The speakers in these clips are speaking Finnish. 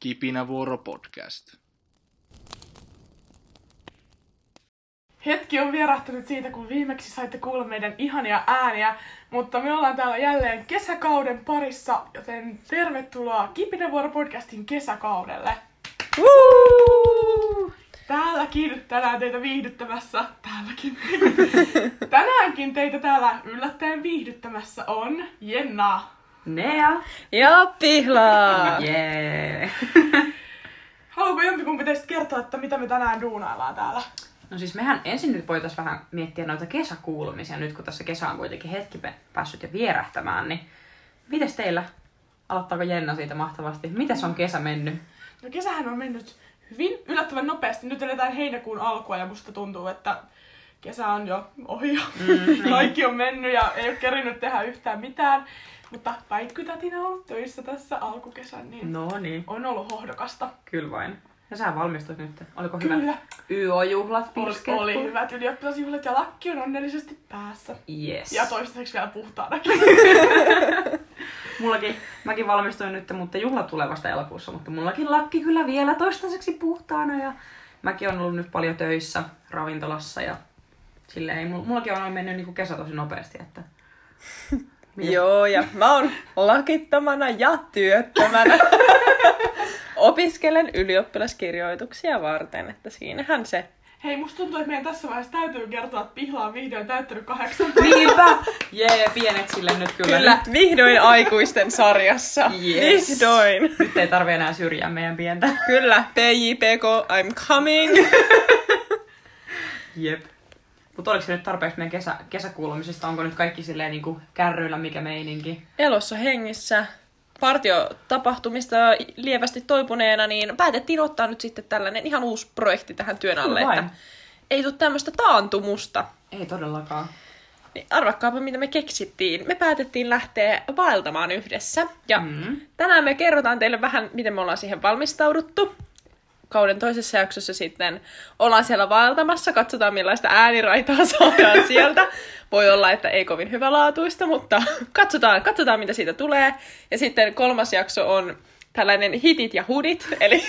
Kipinävuoro podcast. Hetki on vierähtänyt siitä, kun viimeksi saitte kuulla meidän ihania ääniä, mutta me ollaan täällä jälleen kesäkauden parissa, joten tervetuloa Kipinävuoro-podcastin kesäkaudelle. Täälläkin tänään teitä viihdyttämässä, täälläkin. Tänäänkin teitä täällä yllättäen viihdyttämässä on Jenna. Nea! Ja pihlaa! Jee! Haluatko jompikumpi teistä kertoa, että mitä me tänään duunaillaan täällä? No siis mehän ensin nyt voitais vähän miettiä noita kesäkuulumisia, nyt kun tässä kesä on kuitenkin hetki pe- päässyt jo vierähtämään, niin mites teillä? Aloittaako Jenna siitä mahtavasti? Mites on kesä mennyt? No kesähän on mennyt hyvin yllättävän nopeasti. Nyt eletään heinäkuun alkua ja musta tuntuu, että kesä on jo ohi ja Mm-hmm. kaikki on mennyt ja ei ole kerinyt tehdä yhtään mitään. Mutta päikkytätinä on ollut töissä tässä alkukesän, niin No niin. on ollut hohdokasta. Kyllä vain. Ja sä valmistuit nyt. Oliko hyvä? Kyllä, YO-juhlat, oli, pirskeet. oli hyvät ylioppilasjuhlat ja lakki on onnellisesti päässä. Yes. Ja toistaiseksi vielä puhtaanakin. Mullakin, mäkin valmistuin nyt, mutta juhla tulevasta elokuussa, mutta mullakin lakki kyllä vielä toistaiseksi puhtaana ja mäkin on ollut nyt paljon töissä ravintolassa ja sille ei, mul- mullakin on mennyt niinku kesä tosi nopeasti, että Niin. Joo, ja mä oon lakittamana ja työttömänä. Opiskelen ylioppilaskirjoituksia varten, että siinähän se. Hei, musta tuntuu, että meidän tässä vaiheessa täytyy kertoa, että Pihla on vihdoin täyttänyt kahdeksan. niinpä, jee, pienet sille nyt kyllä. Kyllä, vihdoin aikuisten sarjassa. Yes. Vihdoin. Nyt ei tarvi enää syrjää meidän pientä. Kyllä, PJPK, I'm coming. Jep. Mutta oliko se nyt tarpeeksi meidän kesä, kesäkuulumisista? Onko nyt kaikki silleen niinku kärryillä, mikä meininki? Elossa hengissä. Partiotapahtumista lievästi toipuneena, niin päätettiin ottaa nyt sitten tällainen ihan uusi projekti tähän työn alle. Kyllä Että vain. ei tule tämmöistä taantumusta. Ei todellakaan. Niin arvakkaapa, mitä me keksittiin. Me päätettiin lähteä vaeltamaan yhdessä. Ja Mm. tänään me kerrotaan teille vähän, miten me ollaan siihen valmistauduttu. Kauden toisessa jaksossa sitten ollaan siellä vaeltamassa, katsotaan millaista ääniraitaa saadaan sieltä. Voi olla, että ei kovin hyvälaatuista, mutta katsotaan, katsotaan mitä siitä tulee. Ja sitten kolmas jakso on tällainen hitit ja hudit, eli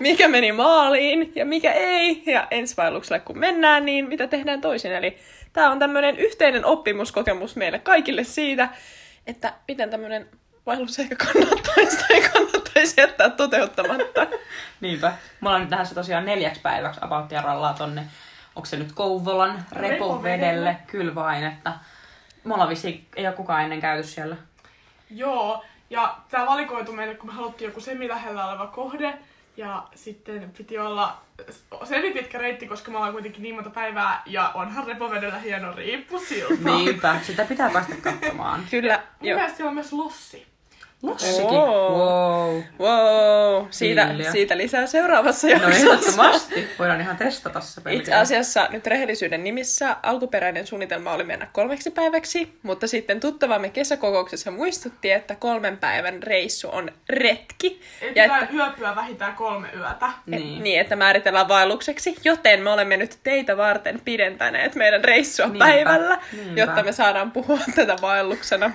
mikä meni maaliin ja mikä ei. Ja ensi vaellukselle kun mennään, niin mitä tehdään toisin. Eli tämä on tämmöinen yhteinen oppimuskokemus meille kaikille siitä, että miten tämmöinen vaellus ehkä kannattaisi tai kannattaisi jättää toteuttamatta. Niinpä. Me ollaan nyt lähdössä tosiaan neljäksi päiväksi apauttiarallaa tonne, onko se nyt Kouvolan Repovedelle. repovedelle? Kyllä vain, että me ollaan vissiin, ei ole kukaan ennen käyty siellä. Joo, ja tämä valikoitu meille, kun me haluttiin joku semilähellä oleva kohde, ja sitten piti olla semipitkä reitti, koska me ollaan kuitenkin niin monta päivää, ja onhan repovedellä hieno riippusilta. Niinpä, sitä pitää päästä katsomaan. Kyllä, Mun Niin. joo. mielestä siellä on myös lossi. Lossikin, Oo. wow. Wow, siitä, Kyllä. siitä lisää seuraavassa No jaksossa. ehdottomasti, voidaan ihan testata se pelkästään. Itse asiassa nyt rehellisyyden nimissä alkuperäinen suunnitelma oli mennä kolmeksi päiväksi, mutta sitten tuttavamme kesäkokouksessa muistutti, että kolmen päivän reissu on retki. Ei Ja pitää että, yöpyä vähintään kolme yötä. Niin. niin, että määritellään vaellukseksi, joten me olemme nyt teitä varten pidentäneet meidän reissua Niinpä, päivällä, niinpä. jotta me saadaan puhua tätä vaelluksena.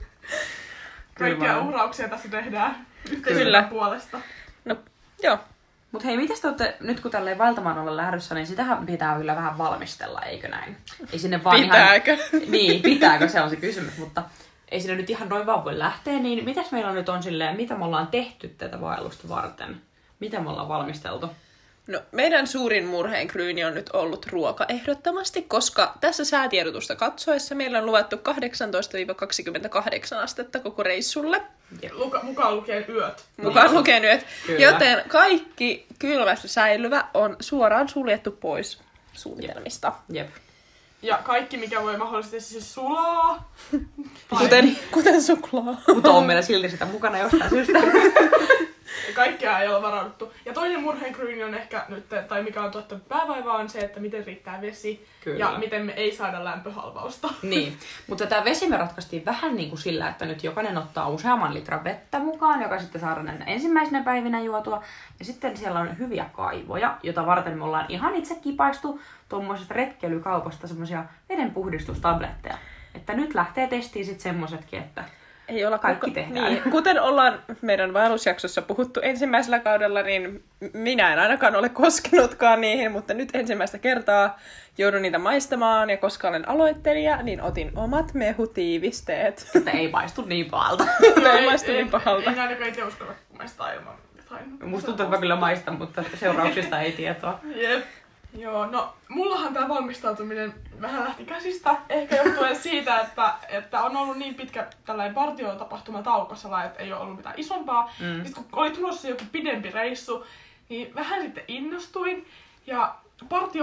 Kyllä Kaikkia vaan. uhrauksia tässä tehdään yhteiskunnan puolesta. No, joo. Mut hei, mitäs te olette, nyt kun tälleen valtamaan olla lähdössä, niin sitähän pitää kyllä vähän valmistella, eikö näin? Ei sinne vaan Pitääkö? Ihan, niin, pitääkö, se on se kysymys, mutta ei sinne nyt ihan noin vaan voi lähteä, niin mitäs meillä nyt on silleen, mitä me ollaan tehty tätä vaellusta varten? Mitä me ollaan valmisteltu? No, meidän suurin murheen kryyni on nyt ollut ruoka ehdottomasti, koska tässä säätiedotusta katsoessa meillä on luvattu 18-28 astetta koko reissulle. Luka, mukaan lukien yöt. Mukaan lukee nyt. Kyllä. Joten kaikki kylmässä säilyvä on suoraan suljettu pois suunnitelmista. Jep. Ja kaikki, mikä voi mahdollisesti siis sulaa. tai Kuten, kuten suklaa. Mutta on meillä silti sitä mukana jostain syystä. Kaikkea ei ole varauduttu. Ja toinen murheenkryyni on ehkä nyt, tai mikä on tuottanut päävaivaa, on se, että miten riittää vesi Kyllä. ja miten me ei saada lämpöhalvausta. Niin, mutta tämä vesi me ratkaistiin vähän niin kuin sillä, että nyt jokainen ottaa useamman litran vettä mukaan, joka sitten saadaan näinä ensimmäisenä päivinä juotua. Ja sitten siellä on hyviä kaivoja, jota varten me ollaan ihan itse kipaistu tuommoisesta retkeilykaupasta semmoisia vedenpuhdistustabletteja. Että nyt lähtee testiin sitten semmoisetkin, että ei olla Kaikki kuka- tehdään. Niin, kuten ollaan meidän vaellusjaksossa puhuttu ensimmäisellä kaudella, niin minä en ainakaan ole koskenutkaan niihin, mutta nyt ensimmäistä kertaa joudun niitä maistamaan ja koska olen aloittelija, niin otin omat mehutiivisteet. Että ei maistu niin pahalta. Tämä ei maistu niin pahalta. Ei, ei, ei, ei te uskalla maistaa ilman jotain. Musta tuntuu, että mä kyllä maistan, mutta seurauksista ei tietoa. Jep. Joo, no mullahan tämä valmistautuminen vähän lähti käsistä, ehkä johtuen siitä, että, että on ollut niin pitkä tällainen partiotapahtuma taukossa, että ei ole ollut mitään isompaa. Mm. Sitten kun oli tulossa joku pidempi reissu, niin vähän sitten innostuin ja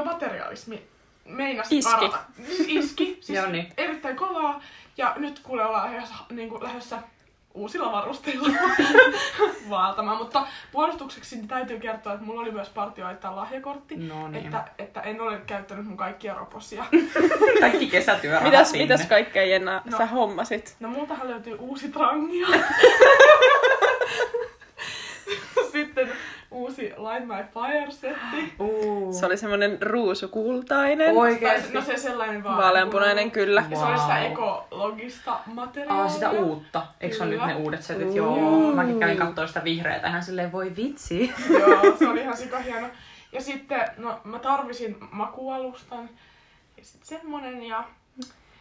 partiomaterialismi meinasi Iski. karata. Siis Iski. Siis Joo niin. erittäin kovaa. Ja nyt kuule ollaan lähdössä, niin kuin lähdössä uusilla varusteilla vaeltamaan. Mutta puolustukseksi niin täytyy kertoa, että mulla oli myös partioaittain lahjakortti. No niin. Että, että en ole käyttänyt mun kaikkia roposia. Kaikki kesätyörahat Mitäs, sinne. mitäs kaikkea Jenna No. sä hommasit? No muutahan löytyy uusi trangia. Sitten uusi Light My Fire-setti. Uu. Se oli semmoinen ruusukultainen. Tai- Oikeesti. No se sellainen vaan. niinku- Vaaleanpunainen kyllä. Ja se oli sitä Wow. ekologista materiaalia. Aa, sitä uutta. Eikö se ole nyt Kyllä. Mm. ne uudet setit? Uu. Joo. Mäkin kävin katsoa sitä vihreätä. Hän silleen, voi vitsi. Joo, se oli ihan sikahieno. Ja sitten, no mä tarvisin makualustan ja sitten semmonen ja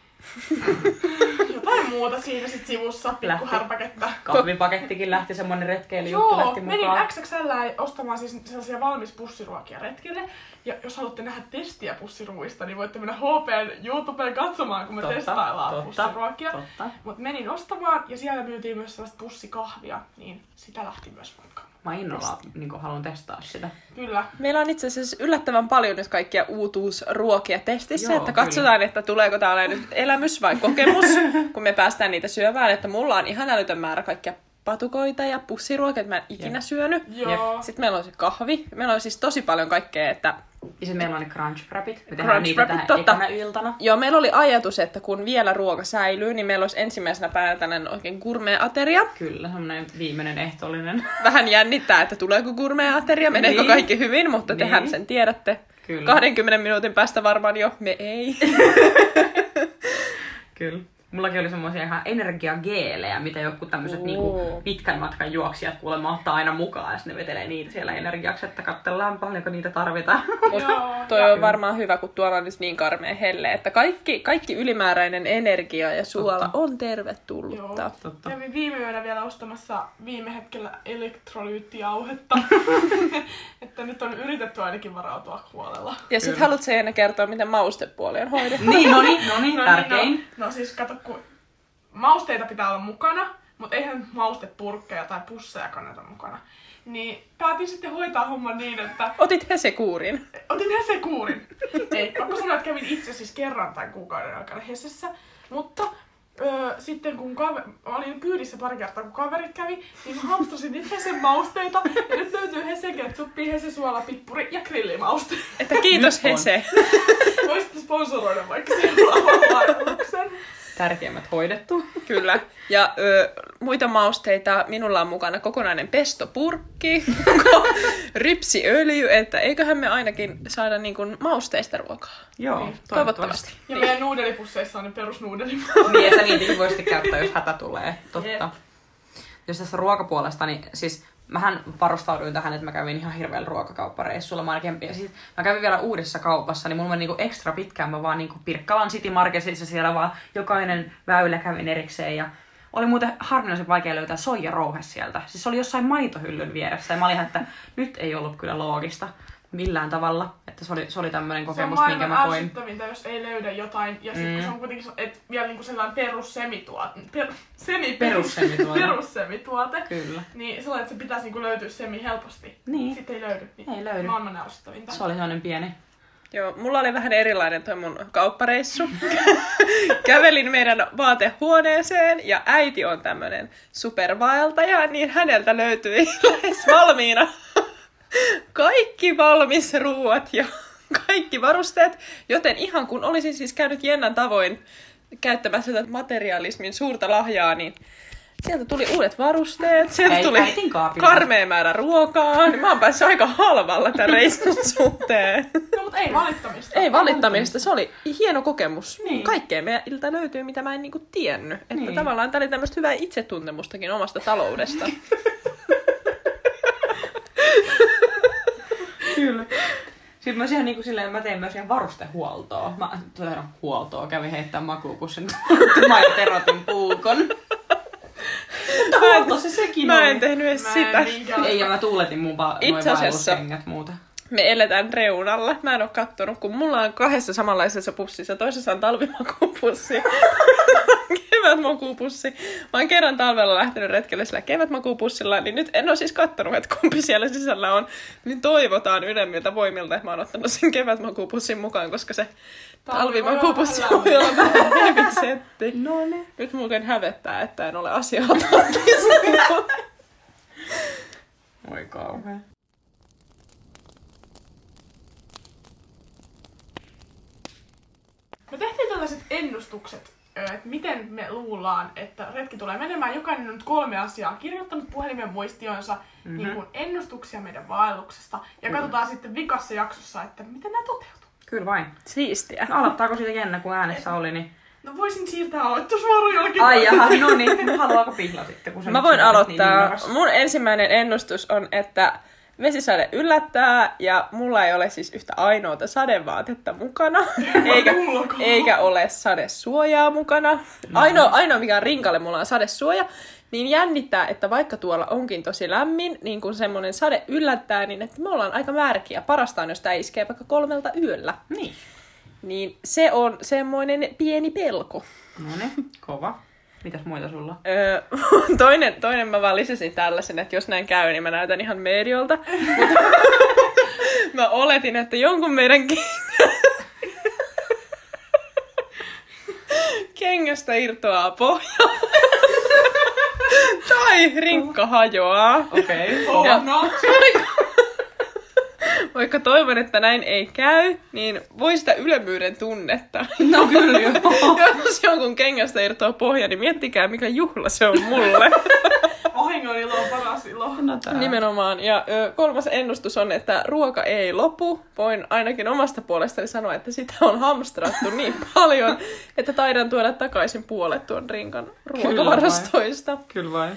jotain muuta siinä sit sivussa, pikku Lähti. härpäkettä. Kahvipakettikin lähti, semmonen retkeilyjuttu Joo, lähti menin mukaan. XXL ostamaan siis sellaisia valmis pussiruokia retkelle. Ja jos haluatte nähdä testiä pussiruuista, niin voitte mennä HPn YouTubeen katsomaan, kun me Totta, testaillaan totta, pussiruokia. totta. Mutta menin ostamaan ja siellä myytiin myös sellaista pussikahvia, niin sitä lähti myös matkaan. Mä innolla niin haluan testaa sitä. Kyllä, Meillä on itse asiassa yllättävän paljon nyt kaikkia uutuusruokia testissä, Joo, Joo, että katsotaan, kyllä. että tuleeko tää olemaan nyt elämys vai kokemus, kun me päästään niitä syövään. Että mulla on ihan älytön määrä kaikkia patukoita ja pussiruokia, että mä en ikinä Jep. syönyt. joo. Sitten meillä on se kahvi. Meillä on siis tosi paljon kaikkea, että Ja sitten meillä on ne crunch wrapit. Me tehdään Crunch niitä wrapit, tähän totta. ekana iltana. Joo, meillä oli ajatus, että kun vielä ruoka säilyy, niin meillä olisi ensimmäisenä päivänä tällainen oikein gourmet-ateria. Kyllä, semmonen viimeinen ehtoollinen. Vähän jännittää, että tuleeko gourmet-ateria, meneekö Niin. kaikki hyvin, mutta Niin. tehän sen tiedätte. Kyllä. 20 minuutin päästä varmaan jo, me ei. Kyllä. Mullakin oli semmoisia ihan energiageelejä, mitä jotkut tämmöiset Oo. niinku pitkän matkan juoksijat kuulemma ottaa aina mukaan. Ja sitten ne vetelee niitä siellä energiaksi, että katsellaan paljonko niitä tarvitaan. Joo, Mutta toi on varmaan hyvä, kun tuolla on nyt niin karmea helle, että kaikki, kaikki ylimääräinen energia ja suola on tervetullutta. Joo. Totta. Kävin viime yönä vielä ostamassa viime hetkellä elektrolyyttijauhetta. että nyt on yritetty ainakin varautua huolella. Ja sit Kyllä. haluat se Jenna kertoa, miten maustepuoli on hoidettu. Niin, no niin, no niin, No, tärkein. niin, No, no siis kato, kun mausteita pitää olla mukana, mutta eihän maustepurkkeja tai pusseja kannata mukana. Niin päätin sitten hoitaa homman niin, että Otit Hesekuurin. otin Hesekuurin. Ei, pakko sanoa, että kävin itse siis kerran tämän kuukauden aikana Hesessä. Mutta öö, sitten kun kaveri, olin kyydissä pari kertaa, kun kaverit kävi, niin mä hamstrasin niitä Hesen mausteita. Ja nyt löytyy Hesen ketsuppi, Hesen suola, pippuri ja grillimauste. Että kiitos Nyt on. Hese. Voisitte sponsoroida vaikka seuraavan vaikutuksen. Tärkeimmät hoidettu. Kyllä. Ja ö, muita mausteita. Minulla on mukana kokonainen pestopurkki, koko rypsiöljy, että eiköhän me ainakin saada niin kuin mausteista ruokaa. Joo, Toivottavasti. Ja meidän nuudelipusseissa on ne perusnuudelit. niin, että niitäkin voisi käyttää, jos hätä tulee. Totta. Jep. Jos tässä ruokapuolesta, niin siis mähän varustauduin tähän, että mä kävin ihan hirveällä ruokakauppareissulla. Mä, oikein, ja siis, mä kävin vielä uudessa kaupassa, niin mulla meni niinku ekstra pitkään. Mä vaan niinku Pirkkalan City Marketissa siellä vaan jokainen väylä kävin erikseen ja oli muuten harvinaisen vaikea löytää soijarouhe sieltä. Siis se oli jossain maitohyllyn vieressä ja mä olin ihan, että nyt ei ollut kyllä loogista millään tavalla. Että se oli, se oli tämmöinen Se on kokemus, minkä maailman mä koin. ärsyttävintä, jos ei löydä jotain. Ja sitten mm. se on kuitenkin se- et, vielä niinku sellainen perussemituote. Per, semi, Perussemituote. perussemituote. Kyllä. Niin sellainen, että se pitäisi niinku löytyä semi helposti. Niin. Sitten ei löydy. Niin Ei löydy. Maailman ärsyttävintä. Se oli sellainen pieni Joo, mulla oli vähän erilainen toi mun kauppareissu. Kävelin meidän vaatehuoneeseen ja äiti on tämmönen supervaeltaja, niin häneltä löytyi lähes valmiina kaikki valmis ruuat ja kaikki varusteet, joten ihan kun olisin siis käynyt Jennan tavoin käyttämässä tätä materialismin suurta lahjaa, niin Sieltä tuli uudet varusteet, sieltä Ei, tuli äitin kaapilla. karmea määrä ruokaa. Niin mä oon päässyt aika halvalla tämän reissun suhteen. No, mutta ei valittamista. Ei valittamista, se oli hieno kokemus. Niin. Kaikkea meiltä löytyy, mitä mä en niinku tiennyt. Että Niin. tavallaan tää oli tämmöistä hyvää itsetuntemustakin omasta taloudesta. Ah, Kyllä. Sitten mä, ihan, niin kuin, silleen, mä tein myös ihan varustehuoltoa. Mä tuota, no, huoltoa kävin heittää makuupussin Tuma ja Terotin puukon. Mutta huolto se sekin mä oli. en tehnyt edes sitä. minkäänlaista- Ei, ja mä tuuletin mun va- Itse asiassa- vaelluskengät muuta. Me eletään reunalla. Mä en oo kattonut, kun mulla on kahdessa samanlaisessa pussissa. Toisessa on talvimakuupussi. kevätmakuupussi. Mä oon kerran talvella lähtenyt retkelle sillä kevätmakuupussilla, niin nyt en oo siis kattonut, että kumpi siellä sisällä on. Niin toivotaan ylemmiltä voimilta, että mä oon ottanut sen kevätmakuupussin mukaan, koska se Talvi voi talvimakuupussi olla vähän voi olla vähän hevisetti. No niin. Nyt muuten hävettää, että en ole asiaa tarkistanut. Voi kauhea. Me tehtiin tällaiset ennustukset, ö, että miten me luullaan, että retki tulee menemään. Jokainen on nyt kolme asiaa kirjoittanut puhelimen muistionsa, Mhm. mm-hmm. niin kuin ennustuksia meidän vaelluksesta. Ja katsotaan sitten vikassa jaksossa, että miten nämä toteutuu. Kyllä vain. Siistiä. No, aloittaako siitä Jenna, kun äänessä oli, niin... No voisin siirtää aloitusvuoron jollekin. Ai jaha, no niin. Haluaako pihla sitten? Kun sä Mä nyt voin sanoit niin aloittaa. innokas? Mun ensimmäinen ennustus on, että vesisade yllättää ja mulla ei ole siis yhtä ainoata sadevaatetta mukana. eikä, mullakaan. eikä ole sadesuojaa mukana. Ainoa, ainoa mikä on rinkalle mulla on sadesuoja. Niin jännittää, että vaikka tuolla onkin tosi lämmin, niin kun semmonen sade yllättää, niin että me ollaan aika märkiä. Parasta on, jos tää iskee vaikka kolmelta yöllä. Niin. Niin se on semmoinen pieni pelko. No niin, kova. Mitäs muita sulla? Öö, toinen, toinen mä vaan lisäsin tällaisen, että jos näin käy, niin mä näytän ihan mediolta. Mutta mä oletin, että jonkun meidän kengä- kengästä irtoaa pohja. tai rinkka hajoaa. Okei. Okay. Ja- Oh, no. Vaikka toivon, että näin ei käy, niin voi sitä ylemmyyden tunnetta. No kyllä joo. Jos jonkun kengästä irtoaa pohja, niin miettikää, mikä juhla se on mulle. Vahingon ilo on paras ilo. No, tää. Nimenomaan. Ja ö, kolmas ennustus on, että ruoka ei lopu. Voin ainakin omasta puolestani sanoa, että sitä on hamstrattu niin paljon, että taidan tuoda takaisin puolet tuon rinkan ruokavarastoista. Kyllä vain.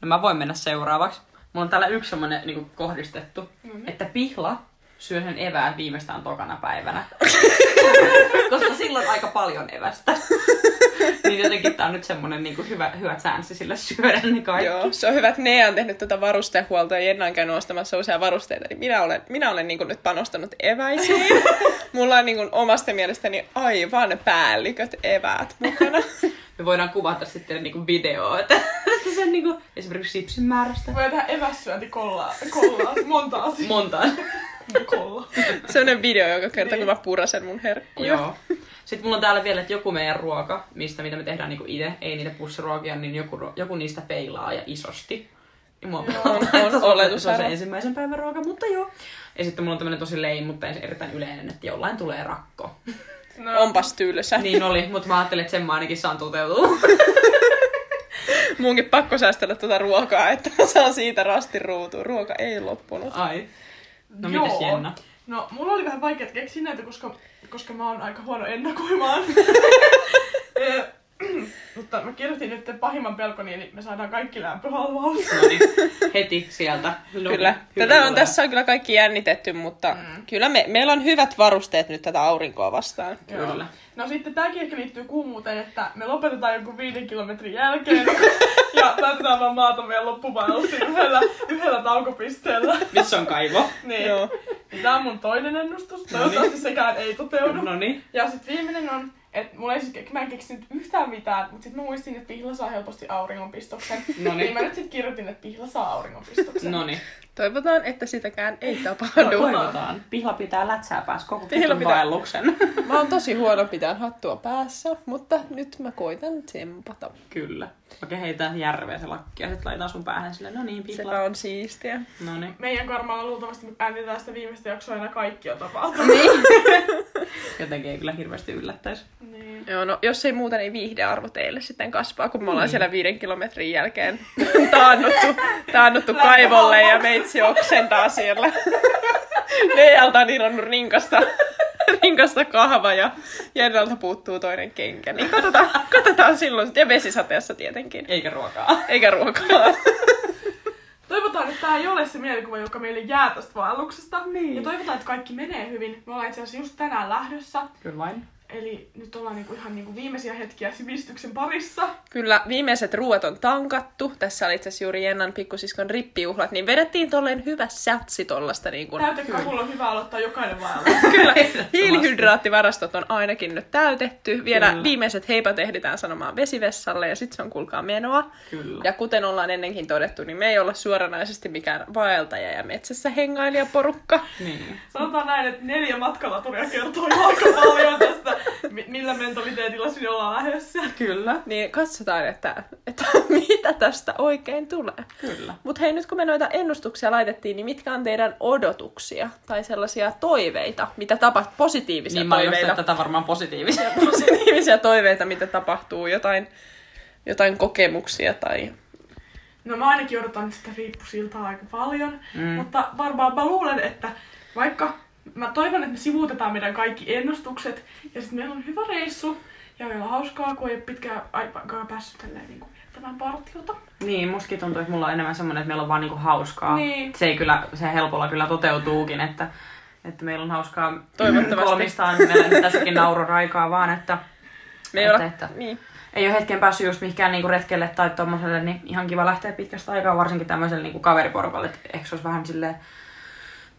No mä voin mennä seuraavaksi. Mulla on täällä yksi semmonen niinku, kohdistettu, mm-hmm. että pihla syö sen evään viimeistään tokana päivänä. Koska silloin aika paljon evästä. niin jotenkin tää on nyt semmonen niinku, hyvä, hyvä chanssi sillä syödä ne kaikki. Joo, se on hyvä, että Nea on tehnyt tätä varustehuoltoa ja Jenna on käynyt ostamassa uusia varusteita. Eli minä olen, minä olen niin kuin nyt panostanut eväisiin. Mulla on niin kuin omasta mielestäni aivan päälliköt eväät mukana. Me voidaan kuvata sitten niinku, videoa, että, että sen niinku, esimerkiksi sipsin määrästä. Voi tehdä evässyönti kollaa. kollaa. Monta asiaa. Montaan. Kolla. Sellainen video, joka kerta kun mä purasen mun herkkuja. Joo. Sitten mulla on täällä vielä, että joku meidän ruoka, mistä mitä me tehdään niinku itse, ei niitä pussiruokia, niin joku, ruo- joku niistä peilaa ja isosti. Ja mua pelottaa, on että se oletus se on se aivan. ensimmäisen päivän ruoka, mutta joo. Ja sitten mulla on tämmönen tosi lei, mutta erittäin yleinen, että jollain tulee rakko. No, Onpas tylsä. niin oli, mutta mä ajattelin, että sen mä ainakin saan toteutua. Munkin pakko säästellä tuota ruokaa, että mä saan siitä rastin ruutuun. Ruoka ei loppunut. Ai. No Joo. mitäs Jenna? No, mulla oli vähän vaikea keksiä näitä, koska, koska mä oon aika huono ennakoimaan. Eh, Mutta mä kirjoitin nyt pahimman pelkoni, eli me saadaan kaikki lämpöhalvaus. No niin, heti sieltä. No, Kyllä. hyvä Tätä on, tulee. tässä on kyllä kaikki jännitetty, mutta mm. kyllä me, meillä on hyvät varusteet nyt tätä aurinkoa vastaan. Kyllä. Joo. No sitten tääkin ehkä liittyy kuumuuteen, että me lopetetaan joku viiden kilometrin jälkeen ja päätetään vaan maata meidän loppuvaelluksiin yhdellä, yhdellä taukopisteellä. Missä on kaivo? Niin. Joo. Tämä on mun toinen ennustus. niin. Toivottavasti sekään ei toteudu. No niin. Ja sitten viimeinen on, että mulla ei siis, mä en keksinyt yhtään mitään, mutta sitten mä muistin, että pihla saa helposti auringonpistoksen. Noniin. No niin mä nyt sitten kirjoitin, että pihla saa auringonpistoksen. No niin. Toivotaan, että sitäkään ei tapahdu. Toivotaan. Pihla pitää lätsää päässä koko Pihla pitun pitää- vaelluksen. Mä oon tosi huono pitää hattua päässä, mutta nyt mä koitan tsempata. Kyllä. Okei, heitä järveä se lakki ja sitten laitetaan sun päähän silleen, no niin, pihla. Sepä on siistiä. No niin. Meidän karmalla luultavasti me äänitetään sitä viimeistä jaksoa aina kaikki on tapahtunut. Niin. Jotenkin ei kyllä hirveästi yllättäisi. niin. Joo, no jos ei muuta, niin viihdearvo teille sitten kasvaa, kun me ollaan siellä viiden kilometrin jälkeen taannuttu, taannuttu kaivolle ja meitsi oksentaa siellä. Leijalta on irronnut rinkasta, rinkasta kahva ja Jennalta puuttuu toinen kenkä. Niin katsotaan, katsotaan silloin. sit. Ja vesisateessa tietenkin. Eikä ruokaa. Eikä ruokaa. Toivotaan, että tämä ei ole se mielikuva, joka meille jää tästä vaelluksesta. Niin. Ja toivotaan, että kaikki menee hyvin. Me ollaan itse asiassa just tänään lähdössä. Kyllä vain. Eli nyt ollaan niinku ihan niinku viimeisiä hetkiä sivistyksen parissa. Kyllä, viimeiset ruuat on tankattu. Tässä oli itse asiassa juuri Jennan pikkusiskon rippijuhlat, niin vedettiin tolleen hyvä satsi tollasta niin kuin Täytekakulla on hyvä aloittaa jokainen vaellus. Kyllä, hiilihydraattivarastot on ainakin nyt täytetty. Vielä Kyllä. viimeiset heipät ehditään sanomaan vesivessalle ja sitten se on kuulkaa menoa. Kyllä. Ja kuten ollaan ennenkin todettu, niin me ei olla suoranaisesti mikään vaeltaja ja metsässä hengailijaporukka. Niin. Sanotaan näin, että neljä matkalaturia kertoo jo aika paljon tästä, mi- millä mentaliteetilla sinne ollaan lähdössä. Kyllä. Niin katsotaan, että, että mitä tästä oikein tulee. Kyllä. Mutta hei, nyt kun me noita ennustuksia laitettiin, niin mitkä on teidän odotuksia tai sellaisia toiveita, mitä tapahtuu, positiivisia Niin mä oon toiveita? just tätä varmaan positiivista. positiivisia toiveita, mitä tapahtuu, jotain, jotain kokemuksia tai... No mä ainakin odotan sitä riippusiltaa aika paljon, Mm. mm. mutta varmaan mä luulen, että vaikka mä toivon, että me sivuutetaan meidän kaikki ennustukset ja sitten meillä on hyvä reissu ja meillä on hauskaa, kun ei ole pitkään aikaa päässyt tälleen niin kuin viettämään partiota. Niin, mustakin tuntuu, että mulla on enemmän semmoinen, että meillä on vaan niinku hauskaa. Niin. Se ei kyllä, se helpolla kyllä toteutuukin, että, että meillä on hauskaa Toivottavasti. kolmistaan. Meillä on tässäkin naururaikaa vaan, että Me ei olla... Että- että- Niin. ei ole hetken päässyt just mihinkään niinku retkelle tai tommoselle, niin ihan kiva lähteä pitkästä aikaa, varsinkin tämmöiselle niinku kaveriporukalle. Et Eikö se olisi vähän silleen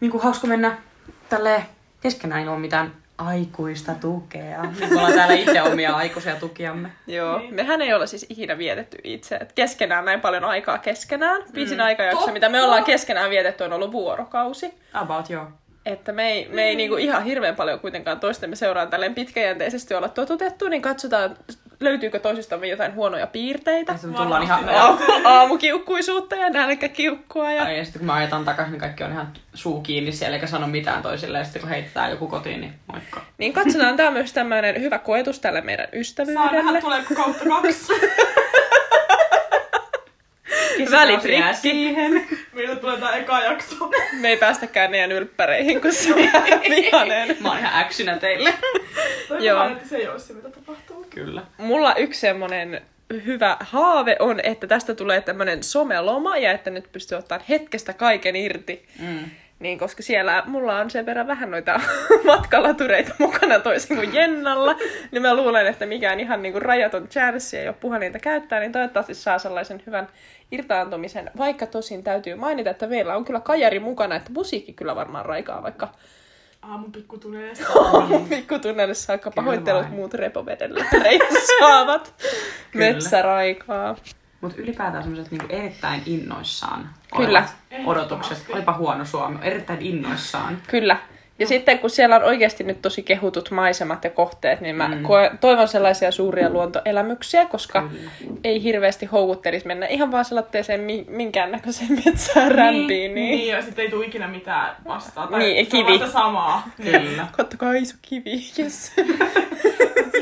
niinku hauska mennä tälleen keskenään, ei ole mitään aikuista tukea. Niin me ollaan täällä itse omia aikuisia tukiamme. Joo, niin. Niin. mehän ei olla siis ikinä vietetty itse. Et keskenään näin paljon aikaa keskenään. Pisin mm. aikajakso, Totta. mitä me ollaan keskenään vietetty, on ollut vuorokausi. About joo. Että me ei, me ei niinku ihan hirveän paljon kuitenkaan toistemme seuraan tälleen pitkäjänteisesti olla totutettu, niin katsotaan, löytyykö toisistamme jotain huonoja piirteitä. Ja sitten me tullaan ihan... Aamu, aamukiukkuisuutta ja nälkäkiukkua ja Ai, ja sitten kun mä ajetaan takaisin, niin kaikki on ihan suu kiinni siellä, eikä sano mitään toisilleen. Ja sitten kun heittää joku kotiin, niin moikka. Niin katsotaan, tämä on myös tämmöinen hyvä koetus tälle meidän Saa nähdä ystävyydelle. tuleeko kautta kaksi. Välitrikki. Jää siihen. Meillä tulee tää eka jakso. Me ei päästäkään meidän ylppäreihin, kun se on ihan vihainen. Mä oon ihan äksynä teille. Joo. Toivotaan, että se ei ole se, mitä tapahtuu. Kyllä. Mulla yksi semmoinen hyvä haave on, että tästä tulee tämmöinen someloma ja että nyt pystyy ottamaan hetkestä kaiken irti. Mm. Niin, koska siellä mulla on sen verran vähän noita matkalatureita mukana toisin kuin Jennalla, niin mä luulen, että mikään ihan niin kuin rajaton chanssi ei ole puhelinta käyttää, niin toivottavasti saa sellaisen hyvän irtaantumisen. Vaikka tosin täytyy mainita, että meillä on kyllä kajari mukana, että musiikki kyllä varmaan raikaa, vaikka Aamun pikku tulee. aamun pikkutunnelle saakka Niin. Kyllä pahoittelut vain. muut repovedelle saavat Kyllä. metsäraikaa. Mutta ylipäätään semmoiset niinku erittäin innoissaan Kyllä. olevat odotukset. Ehdottomasti. Olipa huono suomi. Erittäin innoissaan. Kyllä. Ja sitten kun siellä on oikeasti nyt tosi kehutut maisemat ja kohteet, niin mä mm. koe, toivon sellaisia suuria luontoelämyksiä, koska Mm. Kyllä. ei hirveästi houkuttelisi mennä ihan vaan sellaiseen mi- minkäännäköiseen metsään rämpiin. Niin, niin. Niin, ja sitten ei tule ikinä mitään vastaan. Tai Niin, se on kivi. vasta samaa. Kyllä. Kattokaa iso kivi, yes.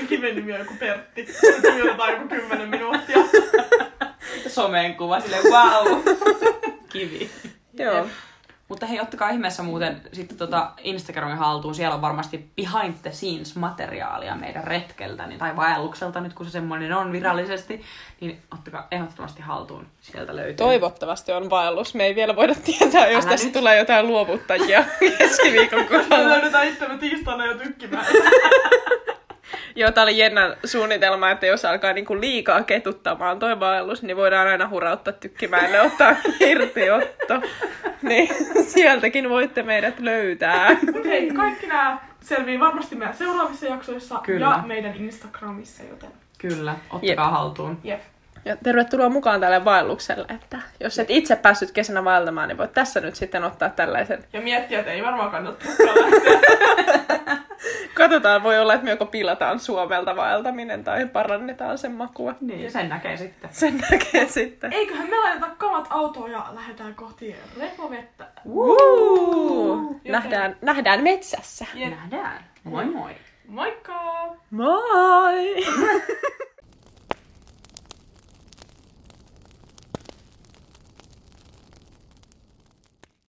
Kiven nimi on joku Pertti. Sitten juotetaan joku kymmenen minuuttia. Someen kuva silleen wow. Kivi. Joo. Mutta hei, ottakaa ihmeessä muuten sitten tota Instagramin haltuun. Siellä on varmasti behind the scenes materiaalia meidän retkeltä niin- tai vaellukselta nyt, kun se semmoinen on virallisesti. Niin ottakaa ehdottomasti haltuun. Sieltä löytyy. Toivottavasti on vaellus. Me ei vielä voida tietää, Älä jos Älä tässä nyt. nyt. tulee jotain luovuttajia keskiviikon Me kohdalla. löydetään itsemme tiistaina jo tykkimään. Joo, tää oli Jennan suunnitelma, että jos alkaa niinku liikaa ketuttamaan toi vaellus, niin voidaan aina hurauttaa tykkimäelle ottaa irtiotto. Niin sieltäkin voitte meidät löytää. Mut hei, kaikki nää selvii varmasti meidän seuraavissa jaksoissa Kyllä. ja meidän Instagramissa, joten Kyllä, ottakaa Jep. haltuun. jep. Ja tervetuloa mukaan tälle vaellukselle, että jos et itse päässyt kesänä vaeltamaan, niin voit tässä nyt sitten ottaa tällaisen. Ja miettiä, että ei varmaan kannattaisikaan lähteä. Katsotaan, voi olla, että me joko pilataan Suomelta vaeltaminen tai parannetaan sen makua. Niin, sen näkee sitten. Sen näkee sitten. Eiköhän me laiteta kamat autoon ja lähdetään kohti repovettä. Woo! Nähdään, nähdään metsässä. Jep. Nähdään. Moi moi. Moikka! Moi!